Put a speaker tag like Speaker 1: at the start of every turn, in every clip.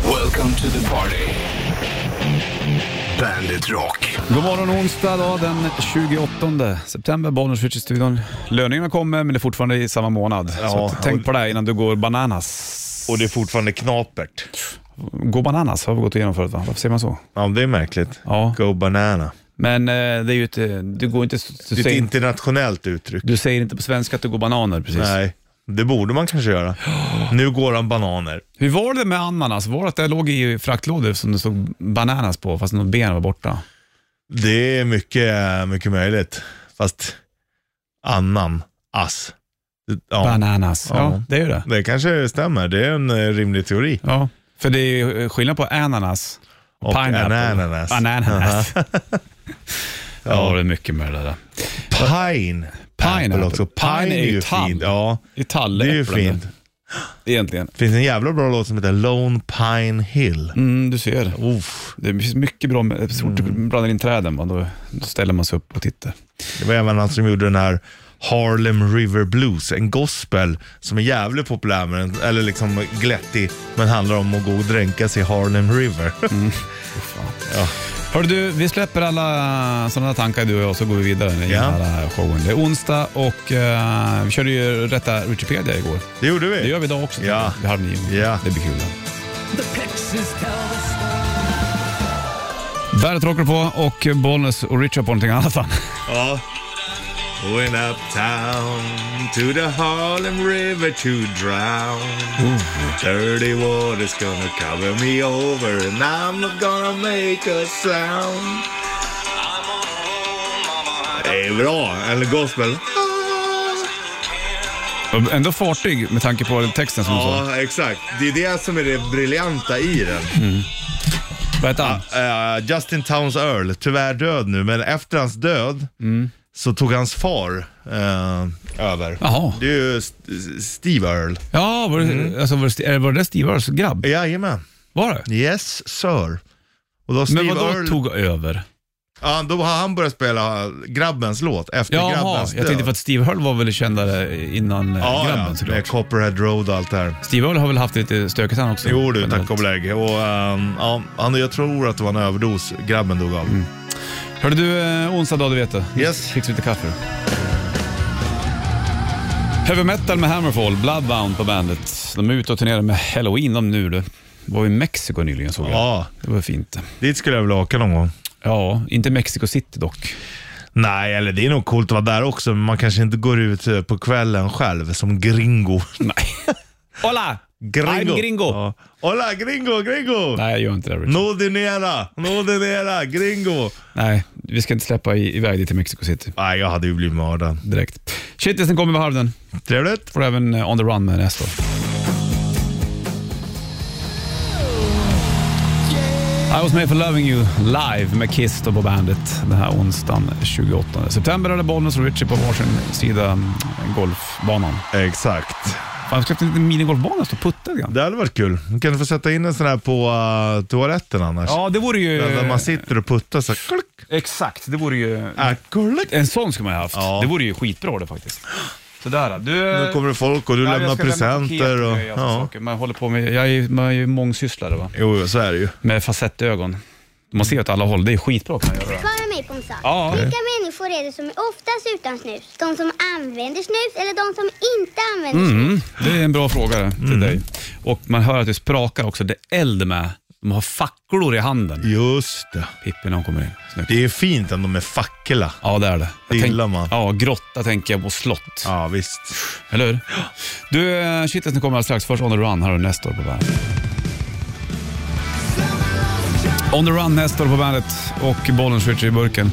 Speaker 1: Welcome to the party. Bandit Rock.
Speaker 2: God morgon onsdag då, den 28 september, Bollnäs i studion. Löningarna kommer men det är fortfarande i samma månad. så
Speaker 3: Ja,
Speaker 2: att, tänk
Speaker 3: och-
Speaker 2: på det här innan du går bananas.
Speaker 3: Och det är fortfarande knapert.
Speaker 2: Gå bananas har vi gått igenom förut va? Varför säger man så?
Speaker 3: Ja, det är märkligt.
Speaker 2: Ja.
Speaker 3: Go banana.
Speaker 2: Men eh, det är ju ett, eh, du går inte... Du
Speaker 3: Det är ett
Speaker 2: säger, inte...
Speaker 3: internationellt uttryck.
Speaker 2: du säger inte på svenska att du går bananer precis.
Speaker 3: Nej, det borde man kanske göra. Nu går han bananer.
Speaker 2: Hur var det med ananas? Var det att det låg i fraktlådor som det stod bananas på fast något ben var borta?
Speaker 3: Det är mycket, mycket möjligt. Fast annan, ass. Ja,
Speaker 2: Bananas, ja,
Speaker 3: Ja.
Speaker 2: det är ju det.
Speaker 3: Det kanske stämmer. Det är en eh, rimlig teori.
Speaker 2: Ja, för det är ju eh, skillnad på ananas
Speaker 3: Och
Speaker 2: Pineapple.
Speaker 3: ananas.
Speaker 2: Ananas. ja. det är mycket med det där.
Speaker 3: Pine.
Speaker 2: Pineapple.
Speaker 3: också. Pine är ju
Speaker 2: tall.
Speaker 3: fint. Ja,
Speaker 2: I
Speaker 3: det är ju
Speaker 2: talläpplen.
Speaker 3: fint.
Speaker 2: Egentligen.
Speaker 3: Det finns en jävla bra låt som heter Lone Pine Hill.
Speaker 2: Mm, du ser.
Speaker 3: Uff. Mm.
Speaker 2: Det finns mycket bra med, så fort du blandar in träden, va, då, då ställer man sig upp och tittar.
Speaker 3: Det var även han som gjorde den här Harlem River Blues, en gospel som är jävligt populär, men, eller liksom glättig, men handlar om att gå och dränka sig i Harlem River.
Speaker 2: Mm. Hörru du, vi släpper alla sådana tankar du och jag så går vi vidare i
Speaker 3: Ja.
Speaker 2: den här showen. Det är onsdag och eh, vi körde ju rätta Wikipedia igår.
Speaker 3: Det gjorde vi.
Speaker 2: Det gör vi idag också.
Speaker 3: Ja.
Speaker 2: Vid halv nio.
Speaker 3: Ja.
Speaker 2: Det blir kul. Bandet rockar på och Bollnäs och Richard på någonting annat. va?
Speaker 3: Ja. Going uptown to the Harlem River to drown. Dirty water's gonna cover me over and I'm not gonna make a sound. Det är bra, eller gospel.
Speaker 2: Ah. Och Ändå fartyg med tanke på texten som du sa.
Speaker 3: Ja, exakt. Det är det som är det briljanta i den.
Speaker 2: Vad heter han?
Speaker 3: Eh, Justin Towns Earl, tyvärr död nu, men efter hans död så tog hans far eh, över.
Speaker 2: Jaha.
Speaker 3: Det är ju St- Steve Earl.
Speaker 2: Ja, var det, alltså, var det, är det- var det där Steve Earls grabb?
Speaker 3: Jajamän.
Speaker 2: Var det?
Speaker 3: Yes sir. Och då Steve
Speaker 2: Men vadå
Speaker 3: Earl,
Speaker 2: tog över?
Speaker 3: ja, då har han börjat spela grabbens låt efter
Speaker 2: Jaha,
Speaker 3: grabbens
Speaker 2: jag tänkte för att Steve Earl var väl kändare innan eh,
Speaker 3: ja,
Speaker 2: grabben
Speaker 3: ja, med
Speaker 2: såklart.
Speaker 3: Copperhead Road och allt det här.
Speaker 2: Steve Earl har väl haft lite stökigt han också?
Speaker 3: Jo du,
Speaker 2: Generellt.
Speaker 3: tack och belägg. Och, ehm, ja, han, jag tror att det var en överdos grabben dog av.
Speaker 2: Hörde du, eh, onsdag dag, du vet det.
Speaker 3: Yes.
Speaker 2: Fixar lite kaffe då. Heavy metal med Hammerfall, Bloodbound på bandet. De är ute och turnerar med Halloween de nu du. Var i Mexiko nyligen såg jag.
Speaker 3: Ja,
Speaker 2: Det var fint.
Speaker 3: dit skulle jag vilja åka någon gång.
Speaker 2: Ja, inte Mexico City dock.
Speaker 3: Nej, eller det är nog coolt att vara där också, men man kanske inte går ut eh, på kvällen själv som gringo.
Speaker 2: Nej. Hola! I'm gringo!
Speaker 3: Ja. Hola gringo, gringo!
Speaker 2: Nej, jag gör inte det. Richard.
Speaker 3: No dinera, no dinera, gringo!
Speaker 2: Nej, vi ska inte släppa i- iväg det till Mexico City
Speaker 3: Nej, jag hade ju blivit mördad.
Speaker 2: direkt. Shitlisten kommer vid halv den.
Speaker 3: Trevligt.
Speaker 2: Får även eh, On the Run med nästa. I was made for loving you live med Kiss då på bandet den här onsdagen 28 september. Är det Bollnäs och Richie på varsin sida eh, golfbanan.
Speaker 3: Exakt.
Speaker 2: Fan, jag ska ha en liten minigolfbana stå och putta lite grann.
Speaker 3: Det hade varit kul. Kan du få sätta in en sån här på eh, toaletten annars?
Speaker 2: Ja, eh. det vore ju...
Speaker 3: Där man sitter och puttar så här, klick,
Speaker 2: Exakt, det vore ju...
Speaker 3: ah, klick.
Speaker 2: En sån skulle man ju haft.
Speaker 3: Ja.
Speaker 2: Det vore ju skitbra det faktiskt. Sådär, du...
Speaker 3: Nu kommer det folk och du
Speaker 2: Nej, Eh. jag
Speaker 3: lämnar
Speaker 2: ska lämna
Speaker 3: presenter.
Speaker 2: paket
Speaker 3: Och,
Speaker 2: grejer såna
Speaker 3: ja.
Speaker 2: saker. Man håller på med... Jag är, ju- man är ju mångsysslare va.
Speaker 3: Jo, jo, så är det ju.
Speaker 2: Med facettögon. Man ser åt alla håll. Det är skitbra kan man göra. det.
Speaker 4: Förklara mig på en sak.
Speaker 2: Ja.
Speaker 4: Vilka människor är det som är oftast utan snus? De som använder snus eller de som inte använder snus?
Speaker 2: Mm, det är en bra fråga till
Speaker 3: Mm.
Speaker 2: dig. Och man hör att det sprakar också. Det är eld med. De har facklor i handen.
Speaker 3: Just det.
Speaker 2: Pippi när hon kommer in. Snyggt.
Speaker 3: Det är fint ändå med fackla.
Speaker 2: Ja, det är det.
Speaker 3: Det
Speaker 2: tänk-
Speaker 3: gillar man.
Speaker 2: Ja, grotta tänker jag på slott.
Speaker 3: Ja, visst.
Speaker 2: Eller hur? Du, eh, shitlisten kommer alldeles strax. Först On the Run, här har du Nestor på bandet. On the Run, Nestor på bandet och bollen switcher i burken.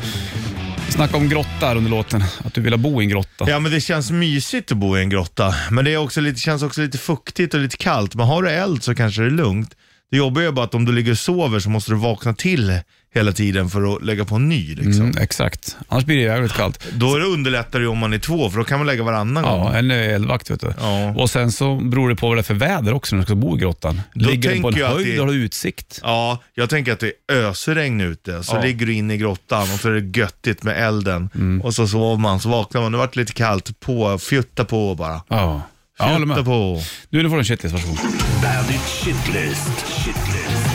Speaker 2: Snacka om grotta här under låten, att du vill bo i en grotta.
Speaker 3: Ja men det känns mysigt att bo i en grotta. Men det är också lite, känns också lite fuktigt och lite kallt. Men har du eld så kanske det är lugnt. Det jobbiga är bara att om du ligger och sover så måste du vakna till hela tiden för att lägga på en ny. Liksom.
Speaker 2: Mm, exakt, annars blir det jävligt kallt.
Speaker 3: Då är det underlättare ju om man är två för då kan man lägga varannan gång.
Speaker 2: Ja, en eldvakt vet du.
Speaker 3: Ja.
Speaker 2: Och sen så beror det på vad det är för väder också när du ska bo i grottan.
Speaker 3: Då
Speaker 2: Ligger du på en
Speaker 3: tänker jag att
Speaker 2: höjd
Speaker 3: det-
Speaker 2: och har du utsikt.
Speaker 3: Ja, jag tänker att det är ösregn ute, så
Speaker 2: Ja. Mm.
Speaker 3: ligger du inne i grottan och så är det göttigt med elden. Och så sover man, så vaknar man, nu vart det lite kallt, på, fjutta på bara.
Speaker 2: Ja, jag håller
Speaker 3: Fjutta
Speaker 2: med.
Speaker 3: på.
Speaker 2: Du, nu får du en shitlist, varsågod.
Speaker 1: Bandit Shitlist. Shitlist.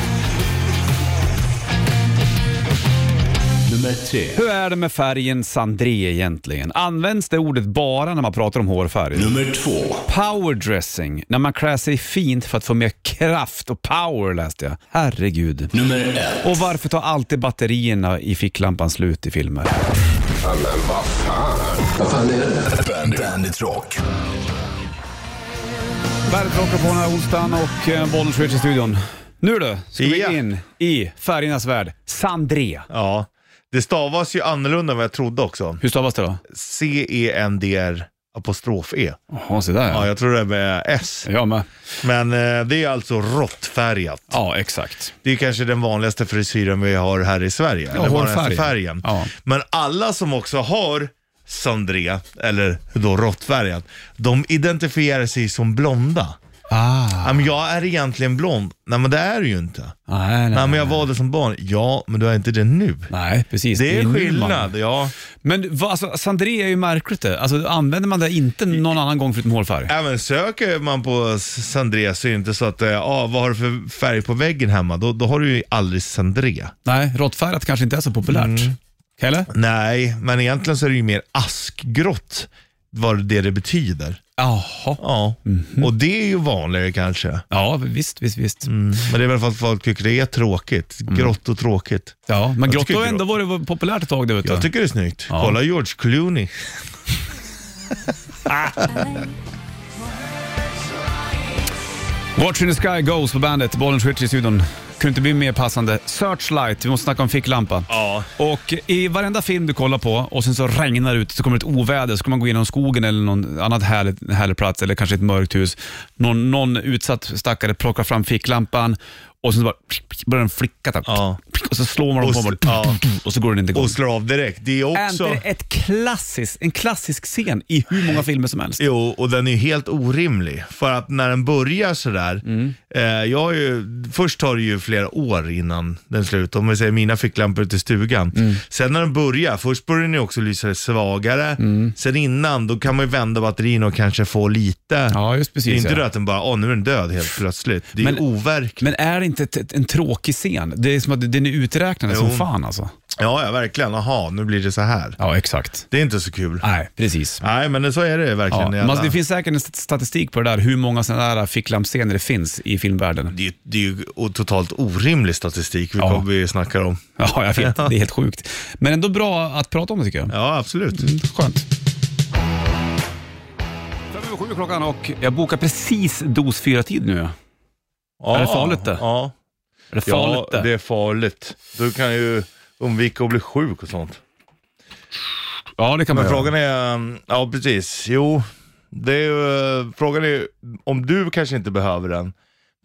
Speaker 1: Nummer tre.
Speaker 2: Hur är det med färgen sandré egentligen? Används det ordet bara när man pratar om hårfärg?
Speaker 1: Nummer två.
Speaker 2: Powerdressing, när man klär sig fint för att få mer kraft och power läste jag. Herregud.
Speaker 1: Nummer ett.
Speaker 2: Och varför tar alltid batterierna i ficklampan slut i filmer?
Speaker 1: Vad fan är det? Bandit, Bandit Rock.
Speaker 2: Bandet rockar på den här onsdagen och eh, Bollnäs Rich i studion. Nu då, ska
Speaker 3: Ja.
Speaker 2: vi in i färgernas värld. Sandré.
Speaker 3: Ja. Det stavas ju annorlunda än vad jag trodde också.
Speaker 2: Hur stavas det då?
Speaker 3: E C-E-N-D-R apostrof E.
Speaker 2: Jaha, se där
Speaker 3: Ja,
Speaker 2: ja.
Speaker 3: jag tror det är med S.
Speaker 2: Ja, men,
Speaker 3: Men eh, det är alltså råttfärgat.
Speaker 2: ja exakt.
Speaker 3: Det är kanske den vanligaste frisyren vi har här i Sverige.
Speaker 2: Ja,
Speaker 3: den vanligaste
Speaker 2: hårfärgen.
Speaker 3: färgen.
Speaker 2: Ja.
Speaker 3: Men alla som också har sandré, eller då råttfärgat, de identifierar sig som blonda.
Speaker 2: Ah.
Speaker 3: Ja, men jag är egentligen blond. Nej men det är du ju inte. Nej,
Speaker 2: Nej, nej,
Speaker 3: men
Speaker 2: nej.
Speaker 3: jag var det som barn. Ja, men du är inte det nu.
Speaker 2: Nej, precis.
Speaker 3: Det
Speaker 2: nu
Speaker 3: är
Speaker 2: man-
Speaker 3: skillnad, ja.
Speaker 2: Men vad, alltså, Sandré är ju märkligt det. Alltså, använder man det inte någon annan gång förutom hårfärg?
Speaker 3: Även söker man på Sandré så är det inte så att, eh, ah, vad har du för färg på väggen hemma? Då, då har du ju aldrig Sandré.
Speaker 2: Nej, råttfärgat kanske inte är så populärt.
Speaker 3: Mm.
Speaker 2: Eller?
Speaker 3: Nej, men egentligen så är det ju mer askgrått, vad det det betyder.
Speaker 2: Jaha.
Speaker 3: Ja, och det är ju vanligare kanske.
Speaker 2: Ja, visst, visst, visst.
Speaker 3: Men det är väl för att folk tycker det är tråkigt. Grått och tråkigt.
Speaker 2: Ja, men grått
Speaker 3: tycker
Speaker 2: har ändå varit populärt ett tag. Det, vet du.
Speaker 3: Jag tycker det är snyggt. Kolla George Clooney.
Speaker 2: Watch in the sky goes på bandet, bollen switch i studion. Kunde inte bli mer passande. Searchlight, vi måste snacka om ficklampa.
Speaker 3: Ja.
Speaker 2: Och i varenda film du kollar på och sen så regnar det ut, så kommer ett oväder, så kommer man gå genom skogen eller någon annan härlig, härlig plats eller kanske ett mörkt hus. Någon, någon utsatt stackare plockar fram ficklampan och sen så bara, börjar den flicka. Där,
Speaker 3: Ja.
Speaker 2: Och så slår man dem
Speaker 3: Och
Speaker 2: på
Speaker 3: s-
Speaker 2: och,
Speaker 3: ja.
Speaker 2: och så går den inte igång.
Speaker 3: Och slår av direkt. Det är
Speaker 2: Är
Speaker 3: också...
Speaker 2: inte det ett klassiskt, en klassisk scen i hur många filmer som helst?
Speaker 3: Jo, och den är ju helt orimlig. För att när den börjar sådär,
Speaker 2: Mm.
Speaker 3: eh, jag har ju, först tar det ju flera år innan den slutar. Om vi säger mina ficklampor ute i stugan.
Speaker 2: Mm.
Speaker 3: Sen när den börjar, först börjar den ju också lysa svagare.
Speaker 2: Mm.
Speaker 3: Sen innan, då kan man ju vända batterin och kanske få lite.
Speaker 2: Ja, just precis,
Speaker 3: Det är inte
Speaker 2: ja.
Speaker 3: det att den bara, åh nu är den död helt plötsligt. Det är
Speaker 2: Men-
Speaker 3: ju overkligt.
Speaker 2: Men är det inte ett, ett, en tråkig scen? Det är som att den är uträknad som
Speaker 3: Jo.
Speaker 2: fan alltså.
Speaker 3: Ja, ja verkligen. Aha, nu blir det så här.
Speaker 2: Ja, exakt.
Speaker 3: Det är inte så kul.
Speaker 2: Nej, precis.
Speaker 3: Nej, men så är det
Speaker 2: Ja,
Speaker 3: verkligen. i alla-
Speaker 2: men alltså, det finns säkert en stat- statistik på det där, hur många sådana där ficklampscener det finns i filmvärlden.
Speaker 3: det, är- det är ju o- totalt orimlig statistik vi,
Speaker 2: Ja.
Speaker 3: vi snackar om.
Speaker 2: Ja, jag vet. Det är helt sjukt. Men ändå bra att prata om det tycker jag. Mm,
Speaker 3: Ja, absolut.
Speaker 2: Skönt. Fem över sju är klockan och jag bokar precis dos fyra tid nu.
Speaker 3: Ja,
Speaker 2: Är det farligt det?
Speaker 3: Ja.
Speaker 2: Är det farligt
Speaker 3: ja,
Speaker 2: det?
Speaker 3: det är farligt. Du kan ju undvika att bli sjuk och sånt.
Speaker 2: Ja, det kan man
Speaker 3: Men
Speaker 2: göra.
Speaker 3: frågan är, um, ja precis, jo. Det är ju, eh, frågan är om du kanske inte behöver den.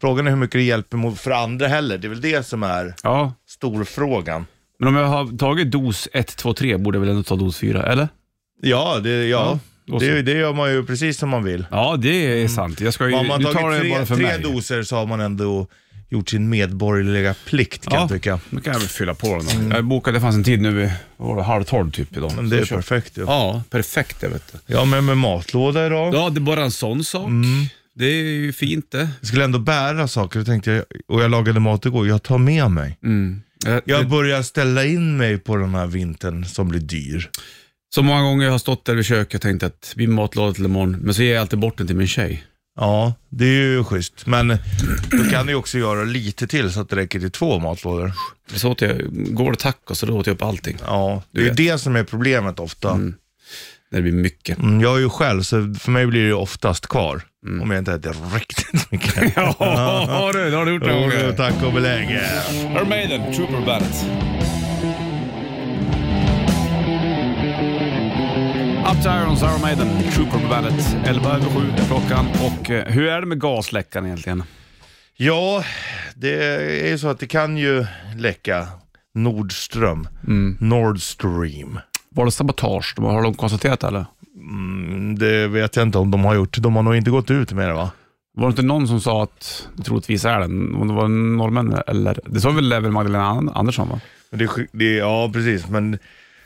Speaker 3: Frågan är hur mycket det hjälper mot för andra heller. Det är väl det som är
Speaker 2: Ja,
Speaker 3: storfrågan.
Speaker 2: men om jag har tagit dos 1, 2, 3 borde jag väl ändå ta dos 4, eller?
Speaker 3: Ja, det, ja.
Speaker 2: Ja, och så.
Speaker 3: det, det gör man ju precis som man vill.
Speaker 2: Ja, det är sant. Jag ska ju...
Speaker 3: Har Mm. man
Speaker 2: nu tar jag det
Speaker 3: tagit
Speaker 2: bara för
Speaker 3: tre, tre
Speaker 2: mig.
Speaker 3: doser så har man ändå gjort sin medborgerliga plikt kan jag tycka.
Speaker 2: nu kan jag väl fylla på den då. Jag bokade, det fanns en tid nu vid vad var det, halv tolv typ idag.
Speaker 3: Men det är
Speaker 2: Så jag kör.
Speaker 3: perfekt ju.
Speaker 2: Ja, perfekt det vet du.
Speaker 3: Jag har med mig matlåda idag.
Speaker 2: Ja, det är bara en sån sak.
Speaker 3: Mm.
Speaker 2: Det är ju fint det.
Speaker 3: Jag skulle ändå bära saker och tänkte jag, och jag lagade mat igår, jag tar med mig.
Speaker 2: Mm. Jag,
Speaker 3: Jag börjar ställa in mig på den här vintern som blir dyr.
Speaker 2: Så många gånger jag har stått där vid köket och tänkt att vi matlåda till imorgon, men så ger jag alltid bort den till min tjej.
Speaker 3: Ja, det är ju schysst. Men då kan du ju också göra lite till så att det räcker till två matlådor.
Speaker 2: Så åt jag, går det tacos så då åt jag upp allting.
Speaker 3: Ja, det är ju
Speaker 2: vet. Mm.
Speaker 3: det som är problemet ofta.
Speaker 2: När det blir mycket.
Speaker 3: Mm, Jag är ju själv, så för mig blir det ju oftast kvar. Om jag inte äter riktigt mycket.
Speaker 2: Mm. Ja, har du, det har du gjort några
Speaker 3: Jo,
Speaker 2: gånger.
Speaker 3: Tack och belägg.
Speaker 2: Iron Maiden, Trooper Bandet. Up to Irons, Iron Maiden, Trooper Bandet. 11 över 7 är klockan. Och eh, hur är det med gasläckan egentligen?
Speaker 3: Ja, det är ju så att det kan ju läcka Nordström.
Speaker 2: Mm.
Speaker 3: Nord Stream.
Speaker 2: Var det sabotage? De har har de konstaterat det eller?
Speaker 3: Mm, Det vet jag inte om de har gjort. De har nog inte gått ut med det va?
Speaker 2: Var det inte någon som sa att det troligtvis är den? Om det var norrmän eller? Det sa väl även Magdalena An- Andersson va?
Speaker 3: Men det, är sk- det, är- ja, precis. Men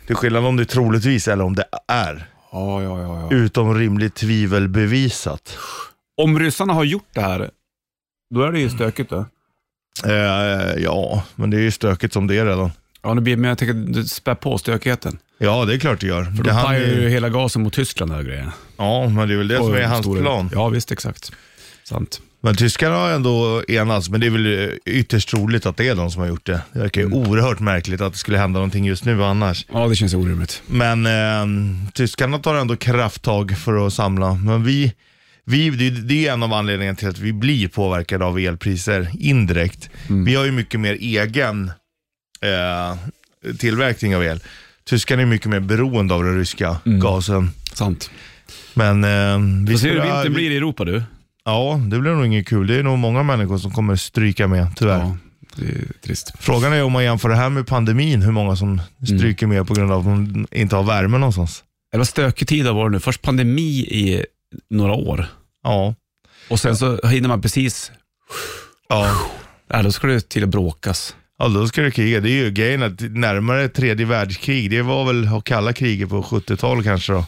Speaker 3: det är skillnad om det är troligtvis eller om det är.
Speaker 2: Ja, ja, ja,
Speaker 3: Utom rimligt tvivel bevisat.
Speaker 2: Om ryssarna har gjort det här, då är det ju stökigt då.
Speaker 3: Eh, ja, men det är ju stökigt som det är redan.
Speaker 2: Ja, det blir, men jag tänker att det spär på stökigheten.
Speaker 3: Ja, det är klart det gör.
Speaker 2: För
Speaker 3: det
Speaker 2: då
Speaker 3: han
Speaker 2: pajar
Speaker 3: är-
Speaker 2: ju hela gasen mot Tyskland och grejer.
Speaker 3: Ja, men det är väl det som är hans plan.
Speaker 2: Ja, visst exakt. Sant.
Speaker 3: Men tyskarna har ändå enats, men det är väl eh, ytterst troligt att det är de som har gjort det. Det verkar ju oerhört märkligt att det skulle hända någonting just nu annars.
Speaker 2: Ja, det känns orimligt.
Speaker 3: Men eh, tyskarna tar ändå krafttag för att samla. Men vi, vi, det, det är en av anledningarna till att vi blir påverkade av elpriser indirekt.
Speaker 2: Mm.
Speaker 3: Vi har ju mycket mer egen eh, tillverkning av el. Tyskarna är mycket mer beroende av den ryska gasen.
Speaker 2: Sant.
Speaker 3: Men eh, vi
Speaker 2: Får se Mm. hur
Speaker 3: skulle-
Speaker 2: vintern blir i Europa du.
Speaker 3: Ja, det blir nog inget kul. Det är nog många människor som kommer stryka med, tyvärr.
Speaker 2: Ja, det är trist.
Speaker 3: Frågan är om man jämför det här med pandemin, hur många som
Speaker 2: Mm.
Speaker 3: stryker med på grund av att de inte har värme någonstans.
Speaker 2: Det var stökig tid av år nu. Först pandemi i några år
Speaker 3: Ja.
Speaker 2: och sen så hinner man precis,
Speaker 3: Ja.
Speaker 2: ja, då ska det till att bråkas.
Speaker 3: ja, då ska det kriga. Det är ju grejen att närmare tredje världskrig, det var väl kalla kriget på 70-talet kanske då.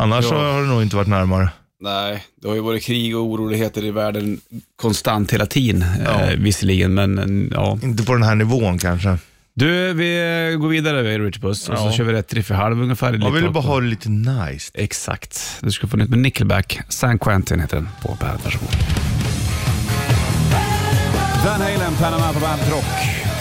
Speaker 3: Annars
Speaker 2: Ja.
Speaker 3: så har det nog inte varit närmare.
Speaker 2: Nej, det har ju varit krig och oroligheter i världen konstant hela tiden,
Speaker 3: Ja.
Speaker 2: eh, visserligen, men eh, ja.
Speaker 3: Inte på den här nivån kanske.
Speaker 2: Du, vi eh, går vidare med Richard Puss och
Speaker 3: Ja.
Speaker 2: så kör vi rätt riff i halv ungefär. i
Speaker 3: Jag
Speaker 2: lite
Speaker 3: ville
Speaker 2: också.
Speaker 3: bara ha det lite nice.
Speaker 2: Exakt. Du ska få nytt med Nickelback. San Quentin heter den på bandet. Varsågod. Van Halen, Panama på bandet Rock.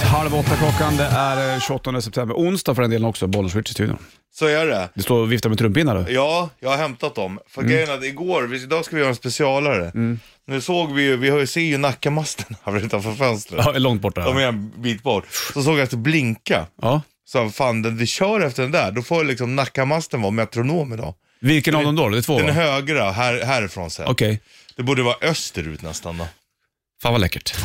Speaker 2: Halv åtta klockan, det är eh, 28 september. Onsdag för den delen också, Bollenswitch i studion.
Speaker 3: Så är det.
Speaker 2: Du står och viftar med trumpinnar du.
Speaker 3: Ja, jag har hämtat dem. För grejen är att igår, vi- idag ska vi göra en specialare. Nu såg vi ju, vi har ju- ser ju Nackamasten här utanför fönstret.
Speaker 2: Ja, långt borta.
Speaker 3: De är en bit bort. Så såg jag att det blinka.
Speaker 2: Ja.
Speaker 3: Så fan, den, vi kör efter den där. Då får liksom Nackamasten vara metronom idag.
Speaker 2: Vilken av dem då? Det är två va?
Speaker 3: Den
Speaker 2: Okej.
Speaker 3: högra, här, härifrån sett. Det borde vara österut nästan då.
Speaker 2: Fan vad läckert.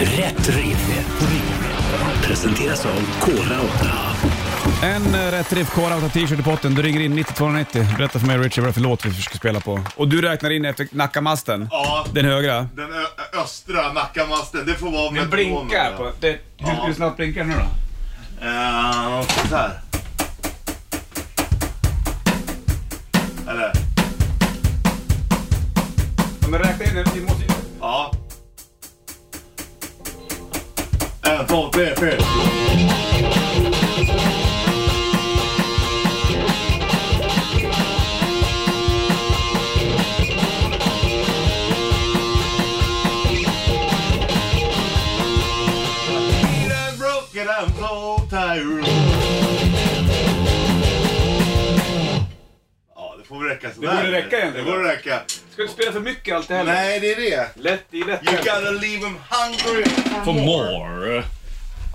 Speaker 1: Rätt riff. Presenteras av Kora 8.
Speaker 2: En eh, rätt riff, Kora och t-shirt i potten. Du ringer in 9290. Berätta för mig Richard vad det är för låt vi ska spela på. Och du räknar in efter Nackamasten?
Speaker 3: Ja.
Speaker 2: Den högra?
Speaker 3: Den östra Nackamasten, det får vara
Speaker 2: Den blinkar. På, det, hur, hur snabbt blinkar den nu då?
Speaker 3: Uh, så här. Eller?
Speaker 2: Men räkna in den, vi måste ju...
Speaker 3: Ja. En, två, tre, fyra. Ja, det får väl räcka sådär.
Speaker 2: borde räcka
Speaker 3: Det
Speaker 2: egentligen.
Speaker 3: borde räcka.
Speaker 2: Ska du spela för mycket allt det här?
Speaker 3: Nej, det är det.
Speaker 2: Lätt, det är lätt.
Speaker 3: You gotta leave them hungry.
Speaker 2: For more.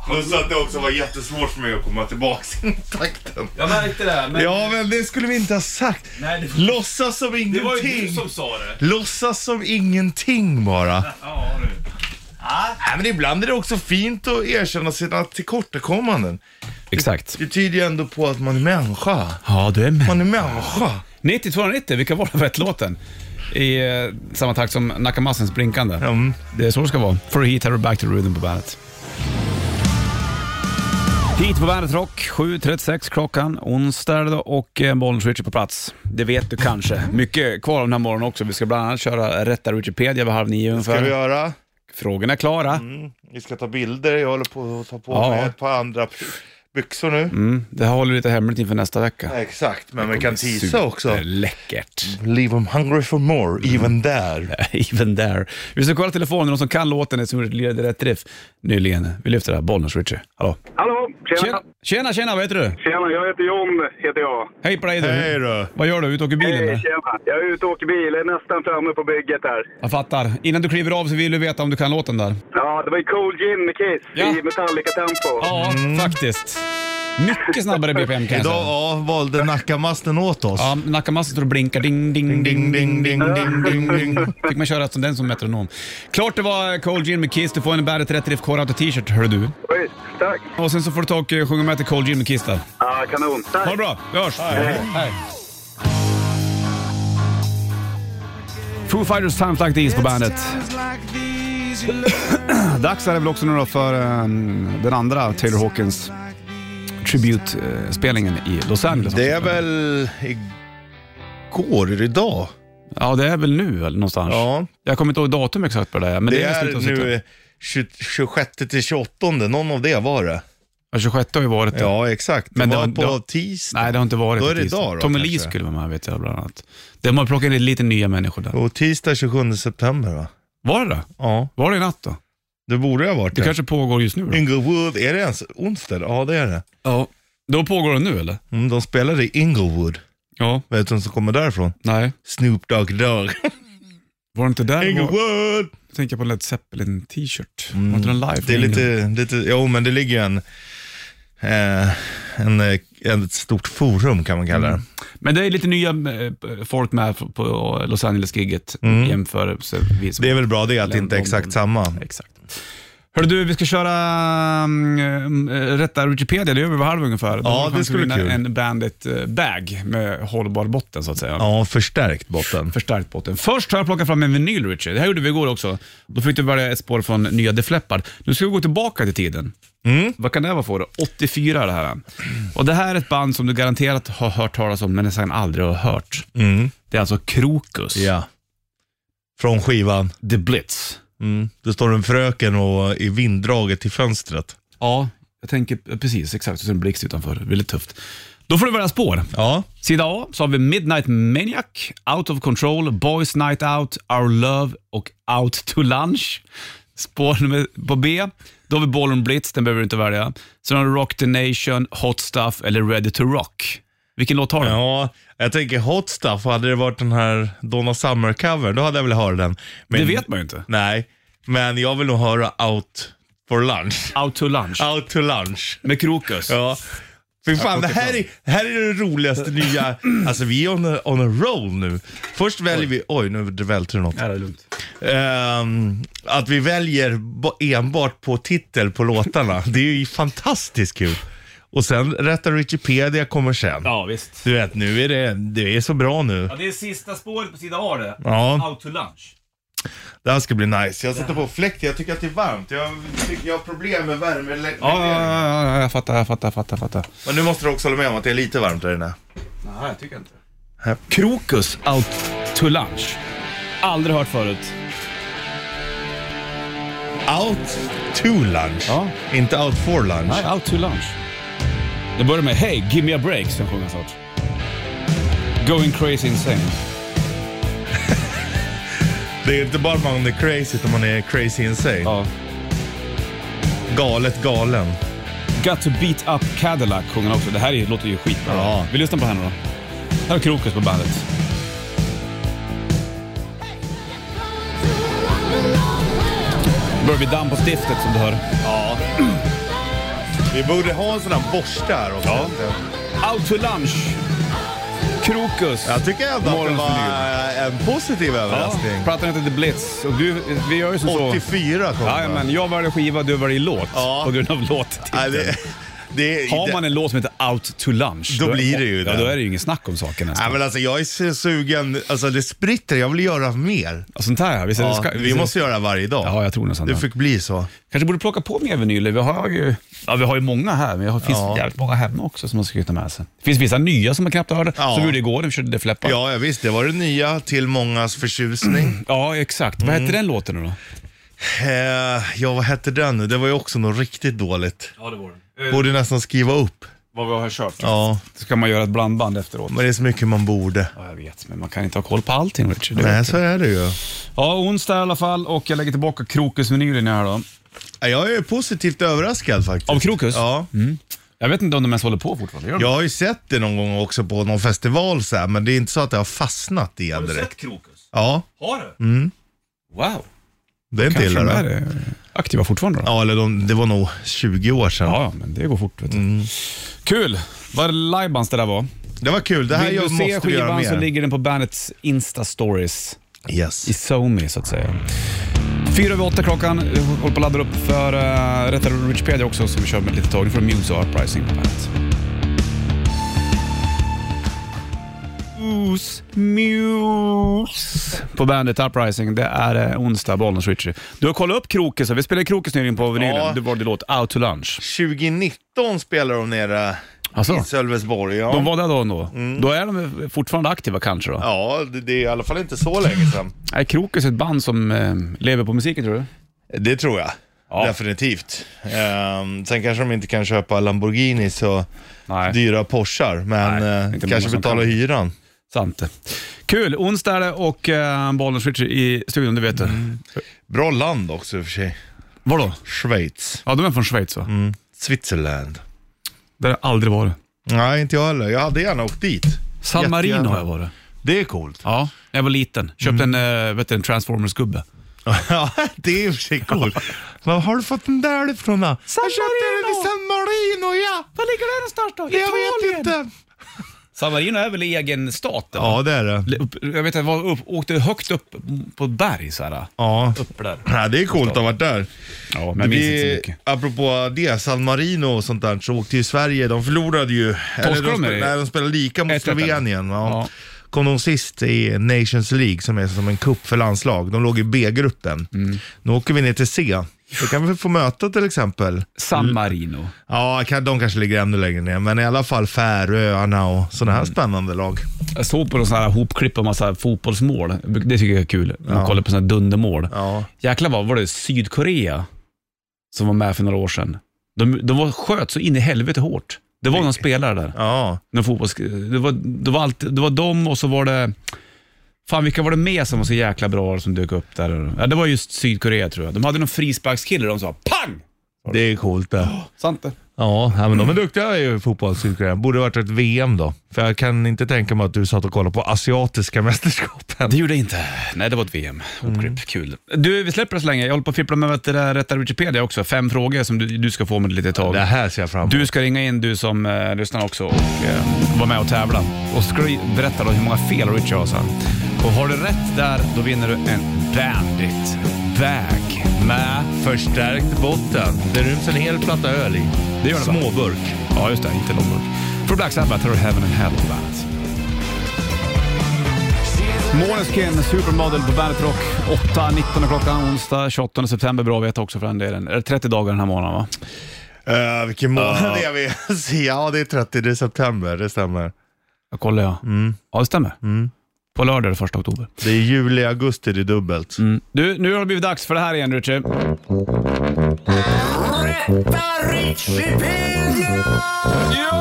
Speaker 3: Plus att det också var jättesvårt för mig att komma tillbaks i takten.
Speaker 2: Jag märkte det här, men
Speaker 3: Ja, men det skulle vi inte ha sagt.
Speaker 2: Nej, det var-
Speaker 3: Låtsas som
Speaker 2: det var ju
Speaker 3: ingenting.
Speaker 2: du som sa det.
Speaker 3: Låtsas som ingenting bara.
Speaker 2: Ja, du.
Speaker 3: Nej, men ibland är det också fint att erkänna sina tillkortakommanden.
Speaker 2: Exakt.
Speaker 3: Det tyder ju ändå på att man är människa.
Speaker 2: Ja, du är med.
Speaker 3: Man är människa.
Speaker 2: 9290, vilka var det låten? I eh, samma takt som Nakamassens blinkande.
Speaker 3: Mm.
Speaker 2: Det är så det ska vara. For a heat, här och back to rhythm på bandet. Hit på Bandet Rock, 7.36 klockan, onsdag är det då, och eh, Bollnäs Richie på plats. Det vet du kanske. Mycket kvar om den här morgonen också. Vi ska bland annat köra Rätta Wikipedia vid halv nio
Speaker 3: Ska vi
Speaker 2: ungefär.
Speaker 3: göra?
Speaker 2: Frågorna är klara.
Speaker 3: Vi ska ta bilder. Jag håller på att ta på
Speaker 2: Ja. Mm.
Speaker 3: mig ett par andra byxor nu.
Speaker 2: Det här håller vi lite hemligt inför nästa vecka.
Speaker 3: Exakt, men vi kan tisa också.
Speaker 2: Läckert.
Speaker 3: Leave them hungry for more, even there.
Speaker 2: Even there. Vi ska kolla telefonen, de som kan låten är som lirade rätt riff nyligen. Vi lyfter det här, Bollnäs Richie. Hallå.
Speaker 5: Hallå, tjena.
Speaker 2: Tjena,
Speaker 5: tjena.
Speaker 2: tjena, tjena, vad heter du?
Speaker 5: jag heter John, heter jag.
Speaker 2: Hej på dig du.
Speaker 3: Hej då.
Speaker 2: Vad gör du? Ut och åker bilen?
Speaker 5: Hej,
Speaker 2: eller?
Speaker 5: tjena. Jag är ute och åker bil, jag är nästan framme på bygget här.
Speaker 2: Jag fattar. Innan du kliver av så vill du veta om du kan låten där.
Speaker 5: Ja, det var ju Cool Gin med Kiss
Speaker 2: Ja.
Speaker 5: i Metallica-tempo.
Speaker 2: Ja, Mm. faktiskt. Mycket snabbare BPM kan jag
Speaker 3: Idag
Speaker 2: säga.
Speaker 3: ja, valde Nackamasten åt oss.
Speaker 2: Ja, Nackamassen står och blinkar. Ding, ding, ding, ding, ding.
Speaker 3: ding, ding, ding.
Speaker 2: Fick man köra som den som metronom. Klart det var Cold Gin med Kiss. Du får en Bandet Rätt Riff Core Auto T-shirt, hör du.
Speaker 5: Schysst, tack.
Speaker 2: Och sen så får du ta och eh, sjunga med till Cold Gin med Kiss där.
Speaker 5: Ja, kanon. Tack.
Speaker 2: Ha det bra, vi hörs. Hej. Foo Fighters Times Like These på bandet. Dags är det väl också nu då för ehm, den andra Taylor Hawkins tribute-spelningen i Los Angeles.
Speaker 3: Det är väl igår, är det idag?
Speaker 2: Ja, det är väl nu eller någonstans.
Speaker 3: Ja,
Speaker 2: Jag kommer inte ihåg datum exakt på det där. Men det,
Speaker 3: det
Speaker 2: är,
Speaker 3: är
Speaker 2: slutet av september.
Speaker 3: nu 26 till 28, någon av det var det.
Speaker 2: Ja, 26 har ju varit det.
Speaker 3: Ja, exakt. Det
Speaker 2: Men det
Speaker 3: var
Speaker 2: har-
Speaker 3: på
Speaker 2: det har-
Speaker 3: tisdag.
Speaker 2: Nej, det har inte varit
Speaker 3: Då är
Speaker 2: på
Speaker 3: det
Speaker 2: tisdag.
Speaker 3: idag då,
Speaker 2: Tommy
Speaker 3: kanske.
Speaker 2: Lee skulle vara med vet jag bland annat. De har plockat in lite nya människor där.
Speaker 3: Och tisdag 27 september va?
Speaker 2: Var det då?
Speaker 3: Ja,
Speaker 2: Var det i natt då?
Speaker 3: det borde ju ha varit
Speaker 2: Det
Speaker 3: det.
Speaker 2: kanske pågår just nu då?
Speaker 3: Inglewood, är det ens onsdag? Ja, det är det.
Speaker 2: Ja. Då pågår det nu eller?
Speaker 3: Mm, de spelade i Inglewood.
Speaker 2: Ja.
Speaker 3: Vet du vem som kommer därifrån?
Speaker 2: Nej.
Speaker 3: Snoop Dogg Dogg.
Speaker 2: Var det inte där? Var,
Speaker 3: Inglewood!
Speaker 2: tänker jag på Led Zeppelin-t-shirt. Var inte den live?
Speaker 3: Mm. Det är
Speaker 2: från England?
Speaker 3: lite, lite, jo men det ligger ju en, eh, en, eh, ett stort forum kan man kalla
Speaker 2: Mm.
Speaker 3: det.
Speaker 2: Men det är lite nya eh, folk med på- på Los Angeles-giget jämförelsevis.
Speaker 3: Mm. Det är väl bra det att det inte är exakt samma.
Speaker 2: Exakt. Hörru du, vi ska köra um, rätta Wikipedia, det gör vi vid halv ungefär. Då
Speaker 3: Ja,
Speaker 2: har vi
Speaker 3: det
Speaker 2: chans att
Speaker 3: skulle
Speaker 2: vinna
Speaker 3: kul.
Speaker 2: en Bandit eh, bag med hållbar botten så att säga.
Speaker 3: Ja, förstärkt botten.
Speaker 2: Förstärkt botten. Först har jag plockat fram en vinyl, Richard. Det här gjorde vi igår också. Då fick du välja ett spår från nya Def Leppard. Nu ska vi gå tillbaka till tiden.
Speaker 3: Mm.
Speaker 2: Vad kan det vara för år? 84 är det här. Och det här är ett band som du garanterat har hört talas om, men nästan aldrig har hört.
Speaker 3: Mm.
Speaker 2: Det är alltså Krokus,
Speaker 3: Ja. Från skivan.
Speaker 2: The Blitz.
Speaker 3: Mm. Då står det en fröken och i vinddraget till fönstret.
Speaker 2: Ja, jag tänker eh, precis exakt. Och sen blixt utanför. Väldigt tufft. Då får du välja spår.
Speaker 3: Ja.
Speaker 2: Sida A så har vi Midnight Maniac, Out of Control, Boys Night Out, Our Love och Out to Lunch. Spår nummer på B, då har vi Ballroom Blitz, den behöver du inte välja. Sen har du Rock the Nation, Hot Stuff eller Ready to Rock. Vilken låt har du?
Speaker 3: Ja, jag tänker Hot Stuff. Hade det varit den här Donna Summer-covern, då hade jag velat höra den. Men,
Speaker 2: Det vet man ju inte.
Speaker 3: Nej, men jag vill nog höra Out for Lunch.
Speaker 2: Out to Lunch
Speaker 3: Out to Lunch.
Speaker 2: med Krokus.
Speaker 3: Ja. Fy fan, det här, är, det här är det roligaste nya. Alltså vi är on a, on a roll nu. Först väljer vi, oj nu välter det något.
Speaker 2: Ja, det är lugnt.
Speaker 3: Ehm, att vi väljer ba- enbart på titel på låtarna. Det är ju fantastiskt kul. Och sen rätta Wikipedia kommer sen.
Speaker 2: Ja, visst.
Speaker 3: Du vet, nu är det, det är så bra nu.
Speaker 2: det är sista spåret på sida A det.
Speaker 3: Ja.
Speaker 2: Out to Lunch.
Speaker 3: Det här ska bli nice. Jag sätter på fläkten, jag tycker att det är varmt. Jag, tycker jag har problem med värme.
Speaker 2: Ja, ja, ja, ja, jag fattar, jag fattar, jag fattar, jag fattar.
Speaker 3: Men nu måste du också hålla med om att det är lite varmt där inne.
Speaker 2: Nej, jag tycker inte. Krokus Out to Lunch. Aldrig hört förut.
Speaker 3: Out to lunch.
Speaker 2: Ja.
Speaker 3: Inte out for lunch.
Speaker 2: Nej, Out to Lunch. Det börjar med Hey, give me a break, som sjunger snart. Going crazy insane.
Speaker 3: Det är inte bara man är crazy utan man är crazy insane.
Speaker 2: Ja.
Speaker 3: Galet galen.
Speaker 2: Got to beat up Cadillac sjunger han också. Det här är, låter ju skitbra.
Speaker 3: Ja.
Speaker 2: Vi lyssnar på henne då. Här har Krokus på bandet. Börjar bli damm på stiftet som du hör.
Speaker 3: Ja. Vi borde ha en sån här borste här också.
Speaker 2: Out to lunch. Krokus.
Speaker 3: Jag tycker ändå att det var en positiv överraskning.
Speaker 2: Plattan heter The Blitz och du, vi gör ju som så.
Speaker 3: 84 kom
Speaker 2: Ja, men jag väljer skiva, du väljer låt
Speaker 3: Ja.
Speaker 2: på grund av låttiteln.
Speaker 3: Nej, det, det,
Speaker 2: Har man en låt som heter Out to Lunch,
Speaker 3: Då blir det ju
Speaker 2: ja,
Speaker 3: det.
Speaker 2: då är det ju ingen snack om saken
Speaker 3: Nej,
Speaker 2: nästan.
Speaker 3: men alltså jag är så sugen, alltså det spritter, jag vill göra mer.
Speaker 2: Och sånt här, visst är det
Speaker 3: Ja,
Speaker 2: ska,
Speaker 3: vi
Speaker 2: visst är
Speaker 3: måste
Speaker 2: det-
Speaker 3: göra varje dag.
Speaker 2: Ja, jag tror nästan
Speaker 3: det
Speaker 2: det.
Speaker 3: fick bli så.
Speaker 2: Kanske borde plocka på mer vinyler. Vi har ju, ja, vi har ju många här, men det finns
Speaker 3: Ja.
Speaker 2: jävligt många hemma också som man ska ta med sig. Det finns vissa nya som man knappt hörde,
Speaker 3: Ja.
Speaker 2: som vi gjorde igår när vi körde Def Leppard.
Speaker 3: Ja, ja, visst, det var det nya till mångas förtjusning.
Speaker 2: Ja, exakt. Vad
Speaker 3: Mm.
Speaker 2: hette den låten nu då?
Speaker 3: eh, ja, vad hette den nu? Det var ju också något riktigt dåligt.
Speaker 2: Ja, det var den. Eh,
Speaker 3: Borde nästan skriva upp.
Speaker 2: Vad vi har kört.
Speaker 3: Ja,
Speaker 2: Så kan man göra ett blandband efteråt.
Speaker 3: men det är så mycket man borde.
Speaker 2: Ja, jag vet, men man kan inte ha koll på allting, Richard. Det
Speaker 3: Nej, så är det ju.
Speaker 2: Ja, onsdag i alla fall och jag lägger tillbaka krokusmenylen här då.
Speaker 3: Ja, Jag är positivt överraskad faktiskt.
Speaker 2: Av krokus? Mm.
Speaker 3: Ja.
Speaker 2: Jag vet inte om de ens håller på fortfarande. Gör de?
Speaker 3: Jag har ju sett det någon gång också på någon festival så här, men det är inte så att det har fastnat i en direkt.
Speaker 2: krokus?
Speaker 3: Ja,
Speaker 2: Har du? Mm. Wow.
Speaker 3: det är inte
Speaker 2: Kanske
Speaker 3: illa.
Speaker 2: de är eh,
Speaker 3: då.
Speaker 2: aktiva fortfarande då.
Speaker 3: Ja, eller de, det var nog 20 år sedan.
Speaker 2: Ja, ja, men det går fort. Vet du. Kul! Vad lajbans det där var.
Speaker 3: Mm. Det var kul. Det här
Speaker 2: Vill
Speaker 3: jag
Speaker 2: du se
Speaker 3: måste du göra
Speaker 2: skivan så
Speaker 3: mer.
Speaker 2: ligger den på bandets Insta-stories
Speaker 3: Yes.
Speaker 2: i SoMe så att säga. Fyra över åtta klockan. Jag håller på att ladda upp för uh, Rätta Wikipedia också som vi kör med ett litet tag. Nu får du Muse och Uprising på bandet. Muse, Muse. På bandet Uprising, det är eh, onsdag, Bollnäs Ritchie. Du har kollat upp Krokus, vi spelade Krokus nyligen på vinylen.
Speaker 3: Ja.
Speaker 2: Du valde låt Out to Lunch.
Speaker 3: 2019 spelar de nere
Speaker 2: Alltså, Mm.
Speaker 3: i Sölvesborg. Ja,
Speaker 2: de var där då ändå. Då är de fortfarande aktiva kanske då?
Speaker 3: ja det, det är i alla fall inte så länge sedan.
Speaker 2: Är Krokus ett band som eh, lever på musiken tror du?
Speaker 3: Det tror jag.
Speaker 2: Ja.
Speaker 3: definitivt. Ehm, sen kanske de inte kan köpa Lamborghinis och
Speaker 2: Nej.
Speaker 3: dyra Porschar, men
Speaker 2: Nej,
Speaker 3: eh,
Speaker 2: inte många
Speaker 3: kanske
Speaker 2: som
Speaker 3: betala
Speaker 2: kan.
Speaker 3: hyran.
Speaker 2: Sant det. Kul, onsdag är det och eh, Bollnäs Richard i studion, det vet du.
Speaker 3: Mm. Bra land också i och för sig.
Speaker 2: Vadå?
Speaker 3: Schweiz.
Speaker 2: Ja, de är från Schweiz va?
Speaker 3: Mm. Switzerland.
Speaker 2: Där har jag aldrig varit.
Speaker 3: Nej, inte jag heller. Jag hade gärna åkt dit.
Speaker 2: San
Speaker 3: Jättegärna.
Speaker 2: Marino har jag varit.
Speaker 3: Det är coolt.
Speaker 2: Ja, när jag var liten. Köpte
Speaker 3: Mm.
Speaker 2: en, eh, vet du, en Transformers-gubbe.
Speaker 3: Ja, det är i och för sig coolt. Var har du fått den där ifrån då?
Speaker 2: San
Speaker 3: jag köpte den i
Speaker 2: Marino.
Speaker 3: San Marino, ja!
Speaker 2: Var ligger det någonstans då?
Speaker 3: Jag vet inte.
Speaker 2: San Marino är väl egen stat? eller?
Speaker 3: Ja, det är det.
Speaker 2: Le- upp- Jag vet att jag var upp, åkte högt upp på ett berg så här.
Speaker 3: Ja.
Speaker 2: Upp där.
Speaker 3: Ja, det är coolt att ha varit där.
Speaker 2: Ja, men jag minns inte så
Speaker 3: Vi,
Speaker 2: mycket.
Speaker 3: apropå det, San Marino och sånt där, så åkte ju Sverige, de förlorade ju. Eller de,
Speaker 2: de
Speaker 3: spel,
Speaker 2: det?
Speaker 3: nej, de spelade lika mot
Speaker 2: 1-1 eller?
Speaker 3: Slovenien. Ja.
Speaker 2: Ja.
Speaker 3: Kom de sist i Nations League som är som en kupp för landslag. De låg i B-gruppen.
Speaker 2: Mm.
Speaker 3: Nu åker vi ner till C. Då kan vi få möta till exempel,
Speaker 2: San Marino.
Speaker 3: ja kan- de kanske ligger ännu längre ner, men i alla fall Färöarna och sådana här
Speaker 2: Mm.
Speaker 3: spännande lag.
Speaker 2: Jag såg på någon sån här hopklipp av massa fotbollsmål. Det tycker jag är kul. Man kollar på sådana här dundermål.
Speaker 3: Ja.
Speaker 2: Jäklar vad var det Sydkorea som var med för några år sedan. De, de var, sköt så in i helvete hårt. Det var någon spelare där.
Speaker 3: Ja,
Speaker 2: Någon fotbolls... det, var, det, var alltid, det var de och så var det... Fan, vilka var det med som var så jäkla bra som dök upp där? Ja, det var just Sydkorea tror jag. De hade någon frisparkskille de sa pang!
Speaker 3: det är coolt det.
Speaker 2: Sant det?
Speaker 3: Ja, ja, men de är duktiga i fotboll, Sydkorea. Borde varit ett VM då. För jag kan inte tänka mig att du satt och kollade på asiatiska mästerskapen.
Speaker 2: Det gjorde jag inte. Nej, det var ett VM. Hopklipp.
Speaker 3: Mm.
Speaker 2: Kul. Du, vi släpper det så länge. Jag håller på att fippla med vet du, det där rätta Wikipedia också. Fem frågor som du, du ska få med ett litet tag.
Speaker 3: Det här ser jag fram emot.
Speaker 2: Du ska ringa in du som eh, lyssnar också och eh, vara med och tävla. Och ska du berätta då hur många fel Richard har sen. Och har du rätt där, då vinner du en Bandit bag med
Speaker 3: Förstärkt botten. Det ryms en hel platta öl i.
Speaker 2: Det gör det, va?
Speaker 3: Småburk.
Speaker 2: Ja, just det. Inte långburk. Från Black Sabbath har du Heaven and Hell på bandet. Måneskin, supermodel på Bandet Rock. 8.19 klockan onsdag 28 september. Bra att veta också för den delen. Är det 30 dagar den här månaden va?
Speaker 3: Uh, vilken månad är vi? ja, det är 30 september. Det stämmer.
Speaker 2: Jag kollar ja. Ja, det stämmer. På lördag är det första oktober.
Speaker 3: Det är juli, augusti, det är dubbelt.
Speaker 2: Du, nu har det blivit dags för det här igen Richard.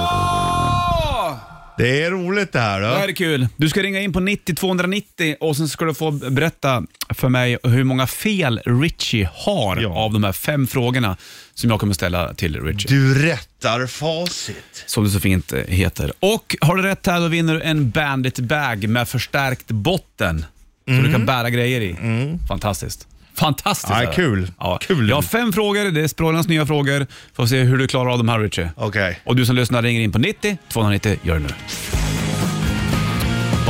Speaker 2: Ja!
Speaker 3: Det är roligt det här. Då.
Speaker 2: Det här är kul. Du ska ringa in på 90 290 och sen ska du få berätta för mig hur många fel Richie har
Speaker 3: Ja.
Speaker 2: av de här fem frågorna som jag kommer ställa till Richie.
Speaker 3: Du rättar facit.
Speaker 2: Som det så fint eh, heter. Och har du rätt här då vinner du en Bandit bag med förstärkt botten. Så du kan bära grejer i. Fantastiskt. Fantastiskt.
Speaker 3: Mm. Ja,
Speaker 2: är det.
Speaker 3: kul.
Speaker 2: Ja.
Speaker 3: Kul.
Speaker 2: Jag har fem frågor. Det är språlans nya frågor. Får se hur du klarar av de här Richie.
Speaker 3: Okej.
Speaker 2: Och du som lyssnar ringer in på 90 290. Gör det nu.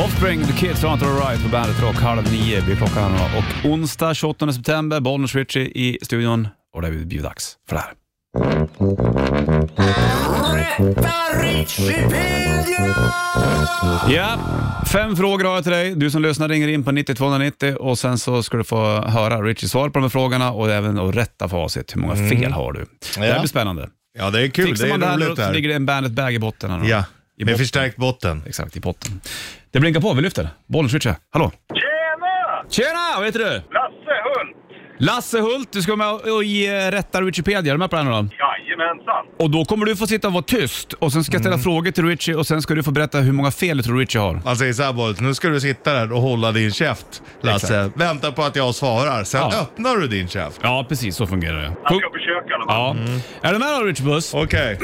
Speaker 2: Offspring, The Kids, Aren't Alright på Bandet Rock. Halv nio blir klockan. Och onsdag 28 september, Bollnäs Ritchie i studion. Och det blir ju dags för det här. Ja, fem frågor har jag till dig. Du som lyssnar ringer in på 9290 och sen så ska du få höra Richies svar på de här frågorna och även att rätta facit. Hur många fel har du? Det här
Speaker 3: Mm. Ja.
Speaker 2: blir spännande.
Speaker 3: Ja, det är kul.
Speaker 2: Fixar
Speaker 3: det
Speaker 2: man det
Speaker 3: är
Speaker 2: här
Speaker 3: roligt
Speaker 2: nu
Speaker 3: det
Speaker 2: så
Speaker 3: här.
Speaker 2: ligger det en Bandet bag i botten. här nu.
Speaker 3: Ja,
Speaker 2: I
Speaker 3: med
Speaker 2: botten.
Speaker 3: förstärkt botten.
Speaker 2: Exakt, i potten. Det blinkar på, vi lyfter. Bollen switchar. Hallå!
Speaker 5: Tjena!
Speaker 2: Tjena! Vad heter du?
Speaker 5: Lasse Hult!
Speaker 2: Lasse Hult, du ska vara med och i eh, rätta Wikipedia. Är du med på den här då?
Speaker 5: Jajamensan!
Speaker 2: Och då kommer du få sitta och vara tyst och sen ska jag ställa
Speaker 3: Mm.
Speaker 2: frågor till Richie och sen ska du få berätta hur många fel du tror Richie har.
Speaker 3: Man säger så här Boris, nu ska du sitta där och hålla din käft Lasse. Vänta på att jag svarar, sen
Speaker 2: Ja.
Speaker 3: öppnar du din käft.
Speaker 2: Ja, precis så fungerar det.
Speaker 5: Jag ska försöka i alla fall.
Speaker 2: Ja.
Speaker 3: Mm.
Speaker 2: Är du med då Richie Puss?
Speaker 3: Okej,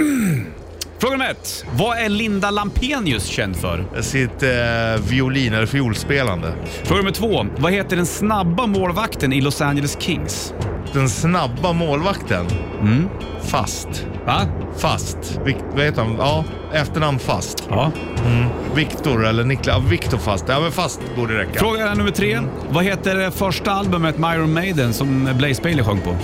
Speaker 2: Fråga nummer ett. Vad är Linda Lampenius känd för?
Speaker 3: sitt eh, violin eller fiolspelande.
Speaker 2: Fråga nummer två. Vad heter den snabba målvakten i Los Angeles Kings?
Speaker 3: Den snabba målvakten.
Speaker 2: Mm.
Speaker 3: Fast.
Speaker 2: Va?
Speaker 3: Fast. Vik- vad heter han? Ja, efternamn Fast.
Speaker 2: Ja.
Speaker 3: Viktor eller Niklas. Ja, Viktor Fast. Ja, men Fast borde räcka. Åh
Speaker 2: Fråga nummer tre. Vad heter det första albumet med Iron Maiden som Blaze Bailey sjöng på?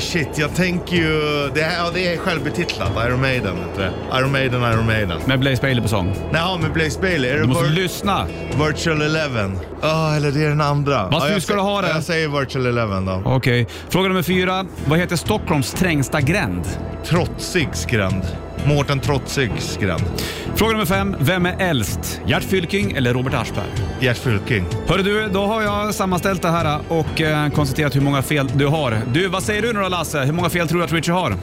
Speaker 3: shit, jag tänker ju... Det, här, ja, det är självbetitlat. Iron Maiden, vet du. Iron Maiden, Iron Maiden.
Speaker 2: Med Blaze Bailey på sång.
Speaker 3: Nej, men Blaze Bailey. Är det
Speaker 2: Du måste
Speaker 3: Bur-
Speaker 2: lyssna.
Speaker 3: Virtual Eleven. Ja, eller det är den andra.
Speaker 2: Vad
Speaker 3: ja, jag
Speaker 2: ska
Speaker 3: sä-
Speaker 2: du ha det?
Speaker 3: Jag säger Virtual Eleven då.
Speaker 2: Okej. Fråga nummer fyra. Vad heter Stockholms trängsta gränd?
Speaker 3: Trotsig skränd. Mårten Trotzig skrev.
Speaker 2: Fråga nummer fem. Vem är äldst? Gert Fylking eller Robert Aschberg?
Speaker 3: Gert Fylking.
Speaker 2: Hörru du, då har jag sammanställt det här och eh, konstaterat hur många fel du har. Du, vad säger du nu då Lasse? Hur många fel tror du att Richard har?
Speaker 5: Ah,